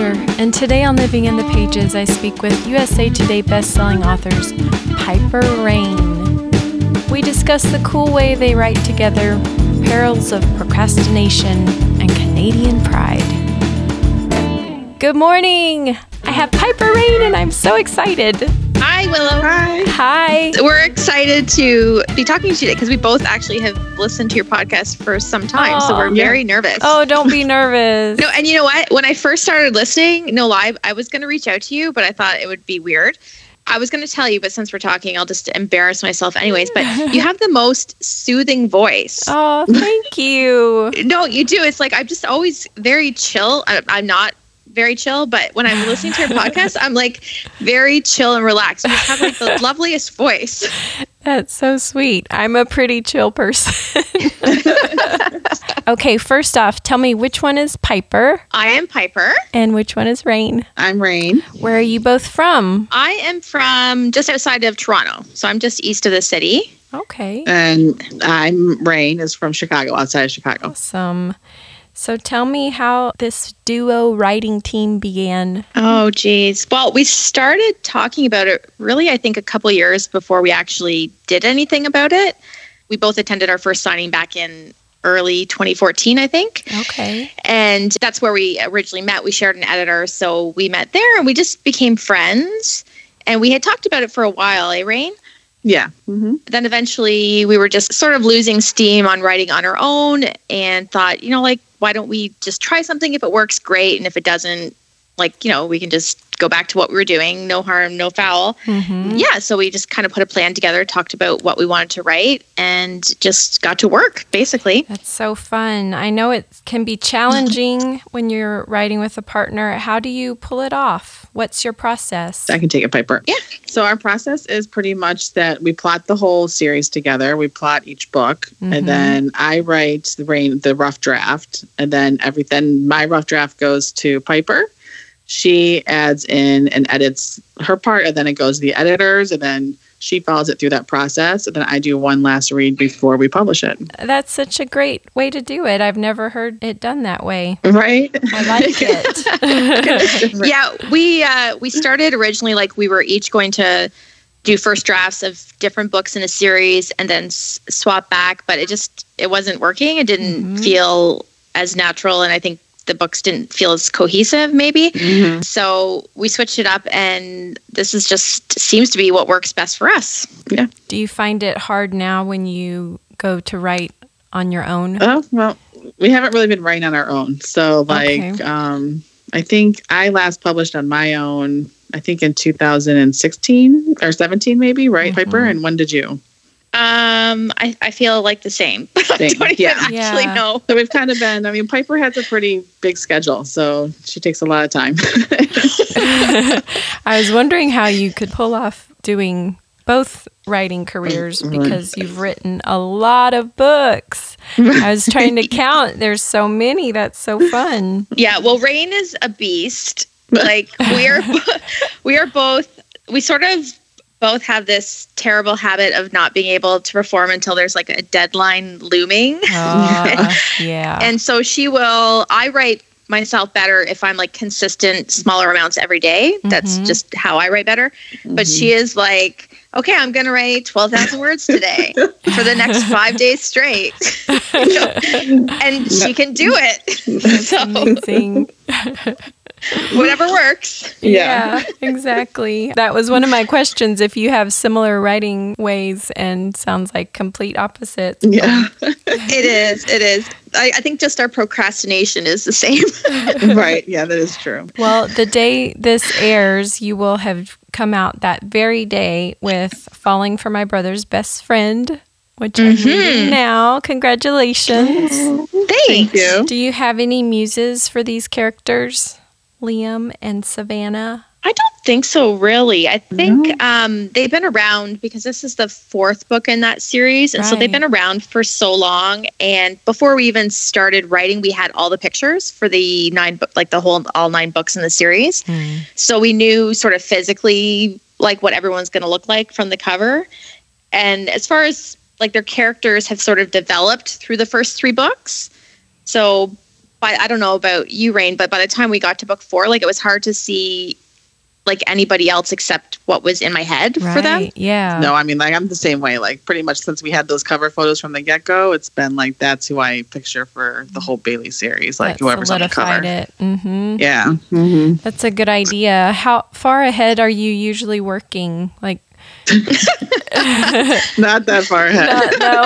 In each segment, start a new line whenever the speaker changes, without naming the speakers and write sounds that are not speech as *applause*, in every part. And today on Living in the Pages, I speak with USA Today bestselling authors Piper Rain. We discuss the cool way they write together, perils of procrastination, and Canadian pride. Good morning! I have Piper Rain and I'm so excited.
Hi, Willow. Hi.
Hi.
We're excited to be talking to you today because we both actually have listened to your podcast for some time. so
Aw.
we're very nervous.
Oh, don't be nervous.
No, and you know what? When I first started listening, no lie, I was going to reach out to you, but I thought it would be weird. I was going to tell you, but since we're talking, I'll just embarrass myself anyways.
*laughs*
But you have the most soothing voice.
Oh, thank you.
No, you do. It's like I'm just always very chill. I, I'm not very chill, but when I'm
*laughs*
listening to your podcast, I'm like very chill and relaxed. You have
*laughs*
like the loveliest voice.
That's so sweet. I'm a pretty chill person. okay, first off, tell me which one is Piper
I am Piper.
and which one is Rain?
I'm Rain.
Where are you both from?
I am from just outside of Toronto. So I'm just east of the city.
Okay.
Uh, And I'm Rain is from Chicago, outside of Chicago.
Awesome. So tell me how this duo writing team began.
Oh, geez. Well, we started talking about it really, I think, a couple years before we actually did anything about it. We both attended our first signing back in early 2014, I think.
Okay.
And that's where we originally met. We shared an editor. So we met there and we just became friends. And we had talked about it for a while, eh, Rain?
Yeah. hmm
then eventually we were just sort of losing steam on writing on our own and thought, you know, like, why don't we just try something? If it works, great. And if it doesn't, like, you know, we can just go back to what we were doing. No harm, no foul.
Mhm.
Yeah. So we just kind of put a plan together, talked about what we wanted to write, and just got to work, basically.
That's so fun. I know it can be challenging when you're writing with a partner. How do you pull it off? What's your process?
I can take it, Piper.
Yeah.
So our process is pretty much that we plot the whole series together. We plot each book,
Mhm.
and then I write the Rain the rough draft, and then everything. My rough draft goes to Piper. She adds in and edits her part, and then it goes to the editors, and then she follows it through that process, and then I do one last read before we publish it.
That's such a great way to do it. I've never heard it done that way.
*laughs* Right?
I like
*laughs*
it. *laughs*
Yeah, we uh, we started originally like we were each going to do first drafts of different books in a series and then s- swap back, but it just it wasn't working. It didn't
Mm-hmm.
Mhm.
feel as natural, and I think the books didn't feel as cohesive, maybe.
Mhm.
So we switched it up, and this is just seems to be what works best for us.
do you find it hard now when you go to write on your own? *laughs*
Oh well, we haven't really been writing on our own. So like,
Okay.
um, I think I last published on my own. I think in 2016 or 17, maybe right,
Mm-hmm.
Piper?
Mhm.
And when did you?
Um, I, I feel like the same. *laughs* I
Same,
don't even
yeah.
actually
Yeah.
know.
So we've kind of been. I mean, Piper has a pretty big schedule, so she takes a lot of time.
I was wondering how you could pull off doing both writing careers
Mm-hmm.
because you've written a lot of books. I was trying to count. There's so many. That's so
*laughs*
fun.
Yeah, well, Rain is a beast. Like
*laughs*
we are, we are both. We sort of both have this terrible habit of not being able to perform until there's like a deadline looming.
Uh, yeah.
And so she will. I write myself better if I'm like consistent, smaller amounts every day. That's
Mhm.
just how I write better. *laughs* But
Mhm.
Mm-hmm.
she is like, okay, I'm gonna write twelve thousand words today for the
*laughs*
next five days straight, *laughs* and she can do it.
That's
*laughs* so
amazing.
whatever works.
Yeah.
Yeah.
exactly. That was one of my questions. If you have similar writing ways and sounds like complete opposites.
yeah,
*laughs* It is. It is. I, I think just our procrastination is the same.
right. Yeah, that is true.
Well, the day this airs, you will have come out that very day with Falling for My Brother's Best Friend, which
Mm-hmm.
I'm reading now. Congratulations.
*laughs* Thanks.
Thank you.
Do you have any muses for these characters, Liam and Savannah?
I don't think so, really. I think um, they've been around because this is the fourth book in that series. And so they've been around for so long. And before we even started writing, we had all the pictures for the nine, book, like the whole, all nine books in the series.
Hmm.
So we knew sort of physically like what everyone's going to look like from the cover. And as far as like their characters have sort of developed through the first three books. So by I don't know about you, Rain, but by the time we got to book four, like it was hard to see like anybody else except what was in my head
right.
for them.
Yeah.
No, I mean, like, I'm the same way. Like, pretty much since we had those cover photos from the get go, it's been like that's who I picture for the whole Bailey series. Like,
That
whoever's on the
solidified
cover.
it. hmm
Yeah. Mm-hmm.
That's a good idea. How far ahead are you usually working? Like,
*laughs* Not that far ahead.
not- no.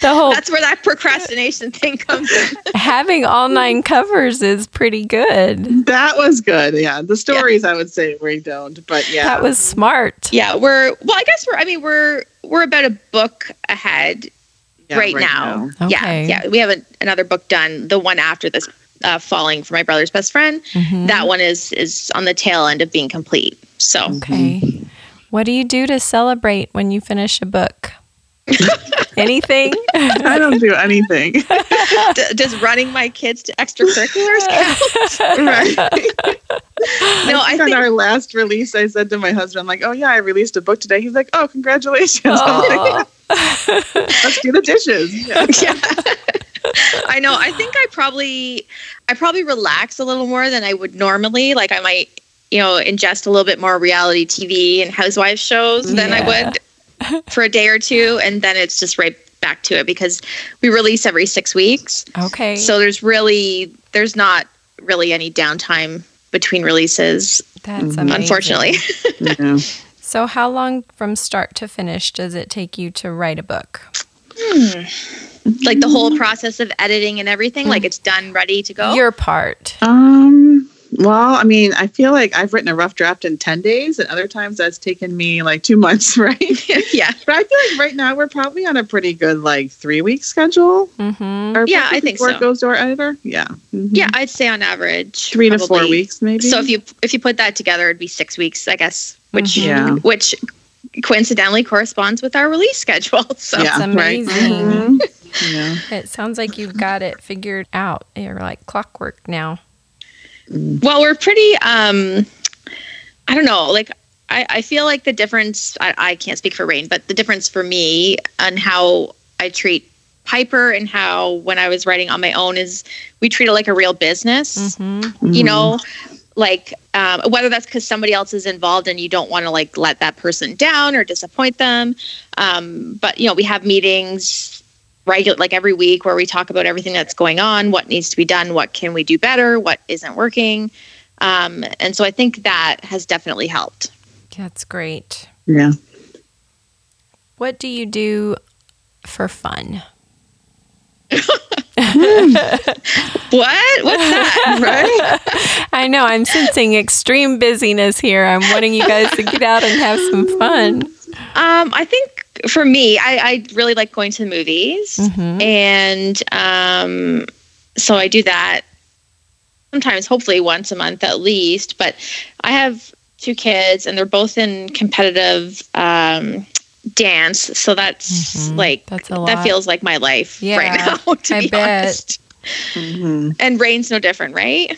the whole
That's where that procrastination thing comes in.
having all nine covers is pretty good.
that was good. Yeah. The stories, I would say, we don't. But yeah.
That was smart.
Yeah, we're well, I guess we're I mean we're we're about a book ahead
yeah,
right, now. Yeah.
Okay.
Yeah. We have an, another book done, the one after this uh, falling for my brother's best friend.
Mhm.
That one is is on the tail end of being complete. So
Okay. What do you do to celebrate when you finish a
*laughs*
book? Anything?
I don't do anything.
*laughs* d- does running my kids to extracurriculars
*laughs*
count? *laughs*
right.
No,
I
I
think on
think
our last release, I said to my husband, like, oh, yeah, I released a book today. He's like, oh, congratulations. *laughs* I'm like,
Aw.
Let's do the dishes. Yeah.
*laughs* yeah. I know. I think I probably I probably relax a little more than I would normally. Like I might, you know, ingest a little bit more reality TV and housewife shows than
Yeah.
I would for a day or two and then it's just right back to it because we release every 6 weeks.
okay.
So there's really there's not really any downtime between releases
That's
Mhm.
amazing.
mm-hmm. unfortunately.
Yeah.
So, how long from start to finish does it take you to write a book?
Hmm.
*laughs* like the whole process of editing and everything like it's done ready to go.
Your part.
Uh,
Um. Well, I mean, I feel like I've written a rough draft in ten days, and other times that's taken me like two months, *laughs* right?
*laughs* yeah.
but I feel like right now we're probably on a pretty good like three week schedule.
hmm
Our
Yeah,
paper
I think
before
so.
It goes to our editor. Yeah. Mhm.
Yeah, I'd say on average
Three to four
probably-
weeks, maybe.
So if you if you put that together, it'd be six weeks, I guess,
Mhm.
which
Mm-hmm. Yeah.
which coincidentally corresponds with our release schedule. *laughs* So
That's
yeah, right.
amazing.
Mhm. yeah.
It sounds like you've got it figured out. You're like clockwork now.
well, we're pretty. um I don't know, like. I, I feel like the difference I, I can't speak for rain but the difference for me on how i treat piper and how when i was writing on my own is we treat it like a real business
hmm
you know like um, whether that's because somebody else is involved and you don't want to like let that person down or disappoint them um, but you know we have meetings regular like every week where we talk about everything that's going on what needs to be done what can we do better what isn't working um, and so i think that has definitely helped
That's great.
Mm-hmm. Yeah.
What do you do for fun?
what what's *laughs* that
Right.
I know I'm sensing extreme busyness here. I'm wanting you guys to get out and have some fun.
um, i think for me I, I really like going to the movies
Mhm.
and um, so I do that sometimes, hopefully once a month at least. But I have two kids, and they're both in competitive um, dance, so that's
Mhm.
like
That's a lot.
that feels like my life
Yeah,
right now. *laughs* To
I
be
bet.
honest,
Mhm.
and rain's no
*laughs*
different, right?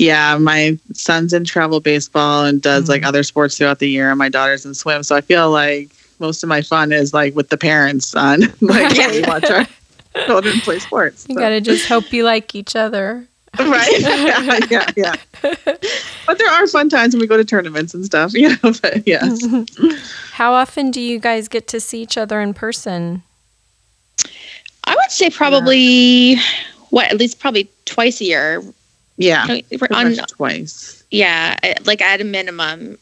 Yeah. My son's in travel baseball and does
Mm-hmm.
like other sports throughout the year, and my daughter's in swim. So I feel like most of my fun is like with the parents on *laughs* like
Yeah.
yeah. we watch
*laughs*
our children play sports.
you
So-
got to just hope you like each other.
right yeah, *laughs* yeah
*laughs*
yeah but there are fun times when we go to tournaments and stuff *laughs* you know but yeah
Mm-hmm.
How often do you guys get to see each other in person?
I would say probably what at least probably twice a year.
yeah
We're
pretty
on
much twice
Yeah, I- like at a minimum.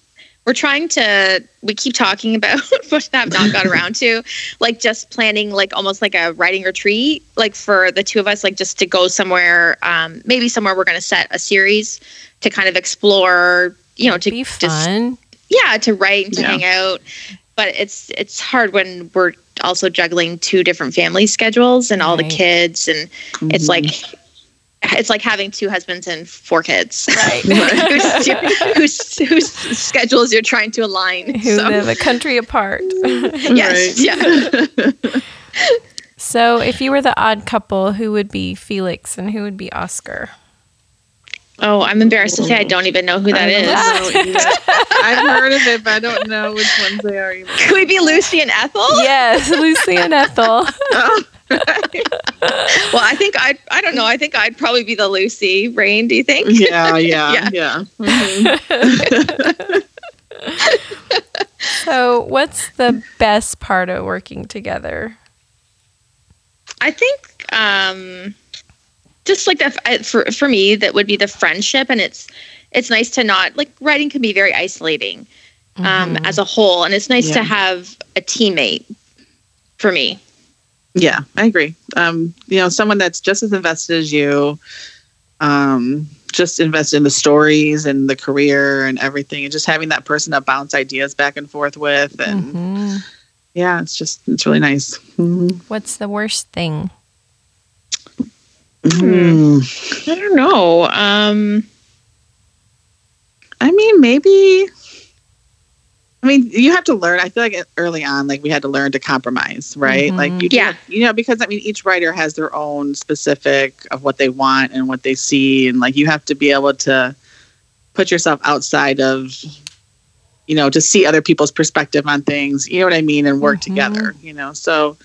We're trying to we keep talking about *laughs* but have not got around to like just planning like almost like a writing retreat like for the two of us like just to go somewhere um maybe somewhere we're going to set a series to kind of explore you know to
Be
just-
fun.
yeah to write and to
Yeah.
hang out but it's it's hard when we're also juggling two different family schedules and all
Right.
the kids and it's
Mhm.
like it's like having two husbands and four
*laughs*
kids *laughs*
Right.
whose, whose, whose schedules you're trying to align.
Who
so,
live a country apart. *laughs*
yes, yeah.
so, if you were the odd couple, who would be Felix and who would be Oscar?
*laughs* Oh, I'm embarrassed to say I don't even know who that
I
is.
don't know *laughs* either. I've heard of it, but I don't know which ones they are. Either.
Oh. Could we be Lucy and Ethel?
Yes, Lucy and Ethel.
Oh,
well, I think I I don't know. I think I'd probably be the Lucy Rain. Do you think?
*laughs* Yeah, yeah, Mm-hmm. yeah. Mhm.
so, what's the best part of working together?
I think um, just like that I- for for me, that would be the friendship, and it's it's nice to not like writing can be very isolating um,
Mhm.
as a whole, and it's nice
Yeah.
to have a teammate. For me,
Yeah, I agree. Um, you know, someone that's just as invested as you, um, just invested in the stories and the career and everything, and just having that person to bounce ideas back and forth with, and
Mhm.
yeah, it's just it's really nice. Mhm.
What's the worst thing?
Mm-hmm.
Hmm. I don't know. Um,
I mean, maybe. I mean, you have to learn. I feel like early on, like we had to learn to compromise, right?
Mhm.
Like, you, do-
Yeah.
you know, because I mean, each writer has their own specific of what they want and what they see, and like you have to be able to put yourself outside of, you know, to see other people's perspective on things. You know what I mean? And work
Mhm.
together. You know, so.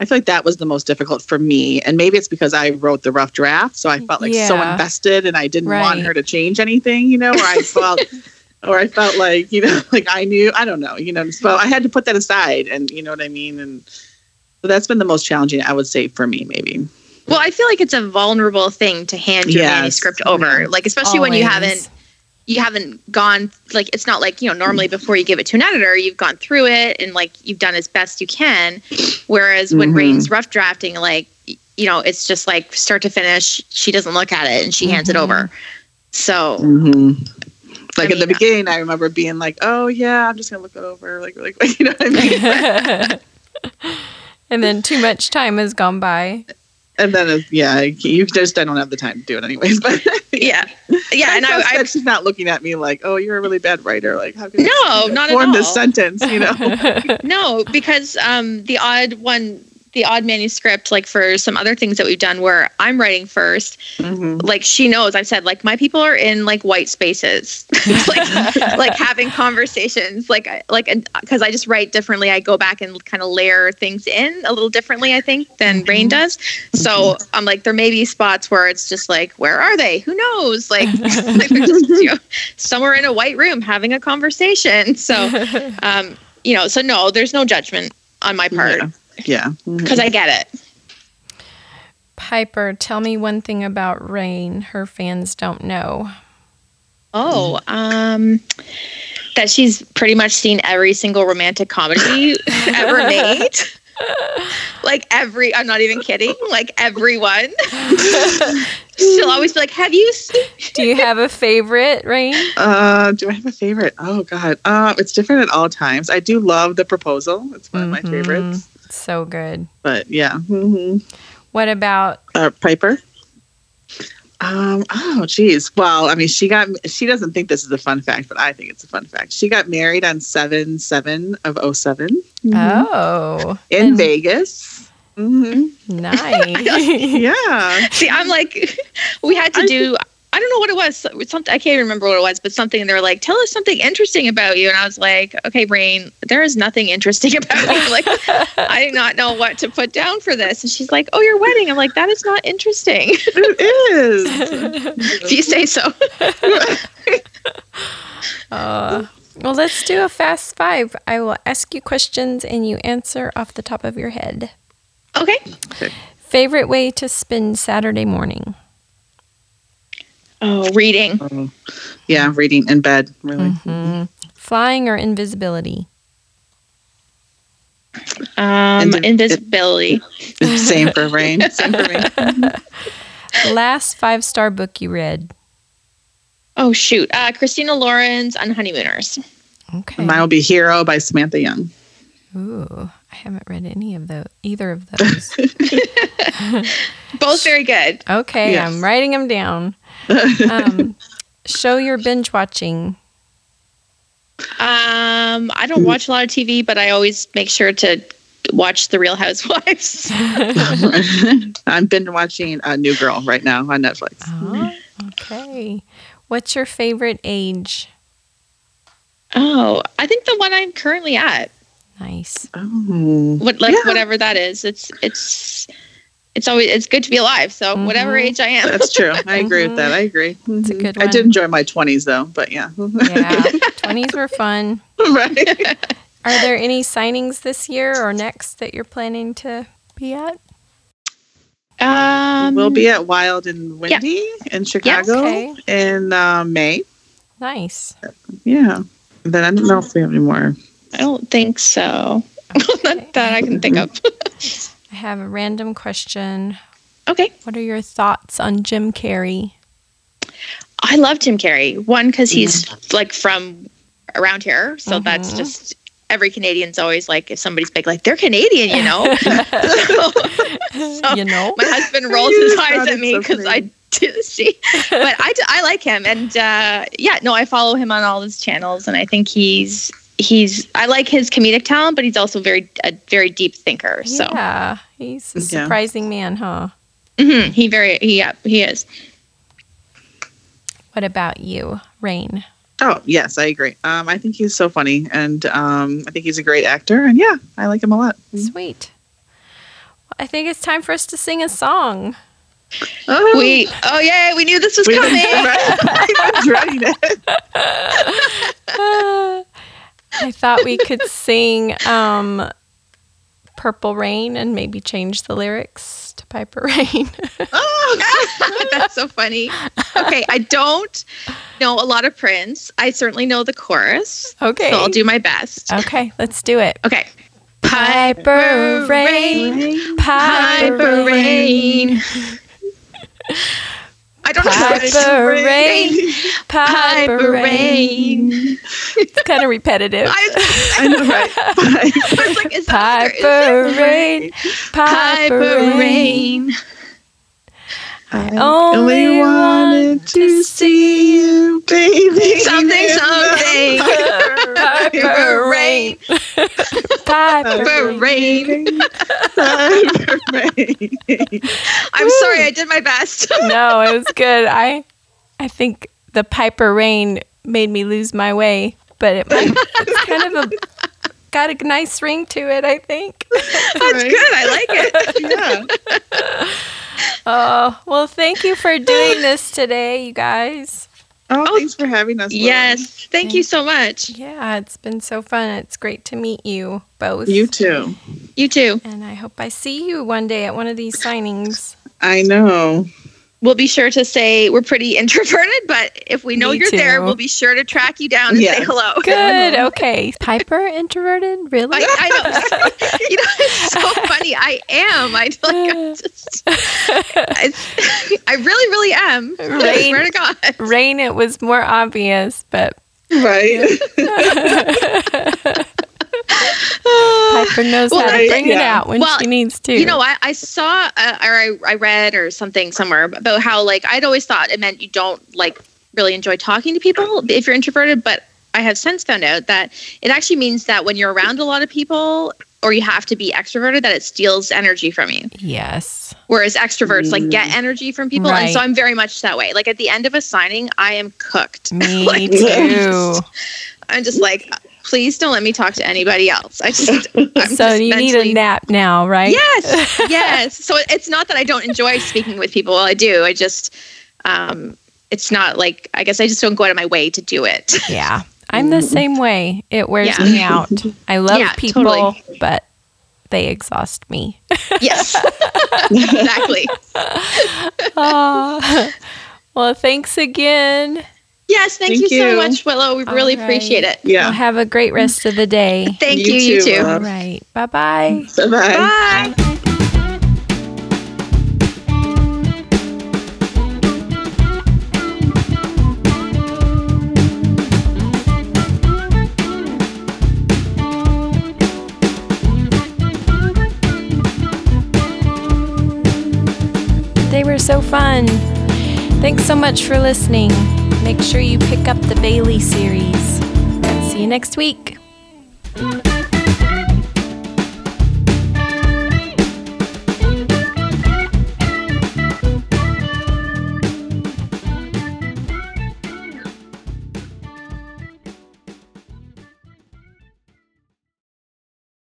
I feel like that was the most difficult for me. And maybe it's because I wrote the rough draft. So I felt like so
Yeah.
invested and I didn't want
Right.
her to change anything, you know, or
*laughs*
I felt or I felt like, you know, like I knew, I don't know, you know, so I had to put that aside and you know what I mean? And so that's been the most challenging, I would say, for me, maybe.
well, I feel like it's a vulnerable thing to hand your
Yes.
manuscript over, like especially when you haven't you haven't gone like it's not like you know normally before you give it to an editor you've gone through it and like you've done as best you can whereas when
Mhm.
rain's rough drafting like y- you know it's just like start to finish she doesn't look at it and she hands it
Mhm.
over so
Mm-hmm. Like
I
at the
mean,
beginning, I remember being like, "Oh yeah, I'm just gonna look it over," like, *laughs* like you know what I
*laughs*
mean.
*laughs* and then too much time has gone by.
and then, it's- yeah, you just I don't have the time to do it anyways. *laughs* But
yeah
*laughs*
yeah and
trust
i, I
that she's not looking at me like, "Oh, you're a really bad writer." Like, how can you,
No,
you know,
not at
form this
all.
sentence? You
*laughs*
know.
Oh. no because um the odd one the odd manuscript like for some other things that we've done where i'm writing first
Mhm.
like she knows i've said like my people are in like white spaces *laughs* like like having conversations like I- like because i just write differently i go back and kind of layer things in a little differently i think than rain
Mhm.
does so i'm like there may be spots where it's just like where are they who knows like, *laughs* like they're just, you know, somewhere in a white room having a conversation so um you know so no there's no judgment on my part
Yeah.
because i get it
*laughs* Piper, tell me one thing about Rain her fans don't know.
Oh, um, that she's pretty much seen every single romantic comedy ever made. Like every, I'm not even kidding. Like everyone, she'll always be like, "Have you?" Seen?
Do you have a favorite, Rain?
Uh, do I have a favorite? Oh God, uh, it's different at all times. I do love the proposal. It's one of
Mhm.
my favorites.
So good.
But yeah, hmm
What about
uh, Piper. Um. Oh, geez. Well, I mean, she got. She doesn't think this is a fun fact, but I think it's a fun fact. She got married on seven seven of 7 Mm-hmm.
oh
in
and-
Vegas. hmm
nice? *laughs*
Yeah.
See, I'm like, *laughs* we had to
I-
do. I don't know what it was. so- Something I can't remember what it was, but something. And they were like, "Tell us something interesting about you." And I was like, "Okay, Rain, there is nothing interesting *laughs* about me." Like, I do not know what to put down for this. And she's like, "Oh, your wedding." I'm like, "That is not interesting." *laughs*
*laughs* It is.
if you say so.
Uh, well, let's do a fast five. I will ask you questions and you answer off the top of your head.
Okay.
Favorite way to spend Saturday morning?
Oh, reading.
Oh, yeah, reading in bed. Really.
Mhm. Flying or invisibility?
Um,
Invi-
invisibility.
Same for rain. *laughs* Same for rain.
Last five star book you read?
Oh shoot. Uh, Christina Lauren's on Honeymooners.
Okay.
Mine will be Hero by Samantha Young.
Ooh, I haven't read any of those, either of those.
Both very good.
Okay,
Yes.
I'm writing them down. Um, show your binge watching.
Um, I don't watch a lot of TV, but I always make sure to watch The Real Housewives. *laughs*
*laughs*
Oh,
I've been watching uh, New Girl right now on Netflix.
Oh, okay. What's your favorite age?
oh, I think the one I'm currently at.
*laughs*
Nice.
Oh,
what like
Yeah.
whatever that is. It's it's it's always it's good to be alive. So whatever
Mhm.
age I am,
that's true. I agree with that. I agree.
Mm-hmm. a
Mhm.
good
I
one.
did enjoy my 20s though, but yeah. *laughs*
Yeah. 20s were fun.
*laughs* right.
Are there any signings this year or next that you're planning to be at?
*laughs* um,
we'll be at Wild and Windy in Chicago
Okay.
in uh, May.
Nice.
Yeah. And then I don't know if we have any more.
I don't think so.
Okay.
Not that I can think of.
I have a random question.
Okay,
What are your thoughts on Jim Carrey?
I love Tim Carrey. One because he's like from around here, so
Mm-hmm.
that's
Mhm.
just every Canadian's always like if somebody's big, like they're Canadian, you
*laughs*
know.
you know?
My husband rolls his
just
eyes
sounded
at me
so
because I *laughs*
funny.
did see, but I, d- I like him, and uh, yeah, no, I follow him on all his channels, and I think he's he's I like his comedic talent, but he's also very a very deep thinker. So
Yeah. He's a
Yeah.
surprising man, huh?
Mhm, he very he yeah he is.
What about you, Rain?
Oh, yes, I agree. Um, I think he's so funny and um, I think he's a great actor. And yeah, I like him a lot.
Sweet. Well, I think it's time for us to sing a song.
Oh,
We oh yeah we knew this was
*laughs* we-
coming.
I'm dreading it.
Ah, I thought we could sing um, Purple Rain and maybe change the lyrics to Piper Rain. *laughs*
Oh, *laughs* That's so funny. Okay, I don't know a lot of Prince. I certainly know the chorus,
okay. Uh,
so I'll do my best.
okay, let's do it.
Okay.
Piper Rain, *laughs* Piper Rain,
I don't know. how to-
Piper Rain, Piper
Piper
Rain.
Rain.
It's kind of repetitive.
I
I know, right?
was, I was like, is that
Piper Rain, Piper Rain.
I
only wanted to
see you, baby. *laughs*
*laughs*
Something, something.
Piper Rain, Piper Rain.
Piper Rain.
Piper Rain.
I'm sorry, I did my best. *laughs*
no, it was good. I I think the Piper Rain made me lose my way, but it might, it's kind of a got a nice ring to it, I think.
That's good. I like it.
Yeah.
Oh, well, thank you for doing this today, you guys.
Oh, thanks for having us. Lauren.
Yes. Thank you so much.
Yeah, it's been so fun. It's great to meet you both.
You too.
You too.
and I hope I see you one day at one of these
*laughs*
signings.
I know.
We'll be sure to say we're pretty *laughs* introverted, but if we know
Me
you're there,
too.
we'll be sure to track you down and
Yes.
say hello. *laughs*
Good. Okay. Piper introverted? Really?
I, I know. *laughs* you know, it's so
*laughs*
funny. I am. I like. I just. *laughs* I, I really, really am. *laughs* I
Right.
swear to God.
*laughs*
*laughs*
Rain, it was more obvious, but *laughs*
Right.
Piper knows
Well,
how to
I-
bring it
yeah.
out when
Well,
she needs to.
You know, I, I saw uh, or I, I read or something somewhere about how like I'd always thought it meant you don't like really enjoy talking to people if you're introverted, but I have since found out that it actually means that when you're around a lot of people or you have to be extroverted that it steals energy from you. *laughs*
Yes.
Whereas extroverts like
Mm.
get energy from people. And so
Right.
I'm very much that way. Like at the end of a signing, I am cooked.
Me
Like,
too.
I'm just like, please don't let me talk to anybody else. I just
*laughs*
I'm
so
just
you need a
mentally-
nap now, right? *laughs*
Yes, yes. So it- it's not that I don't enjoy speaking with people. Well, I do. I just, um, it's not like I guess I just don't go out of my way to
*laughs*
do it.
Yeah. I'm the same way. It wears
Mm-hmm. Yeah.
me out. I love
*laughs* Yeah,
people,
totally.
but they exhaust me.
Yes, exactly.
Aw. Ah. *laughs* well, thanks again.
Yes, thank,
Thank
you, so
you.
much, Willow. We
All
really
right.
appreciate it.
Well,
*laughs* Yeah.
have a great rest of the day.
Thank
You
you. You
too,
too.
Willow.
All right. Bye bye.
Bye.
Bye.
They were so fun. Thanks so much for listening. Make sure you pick up the Bailey series. See you next week.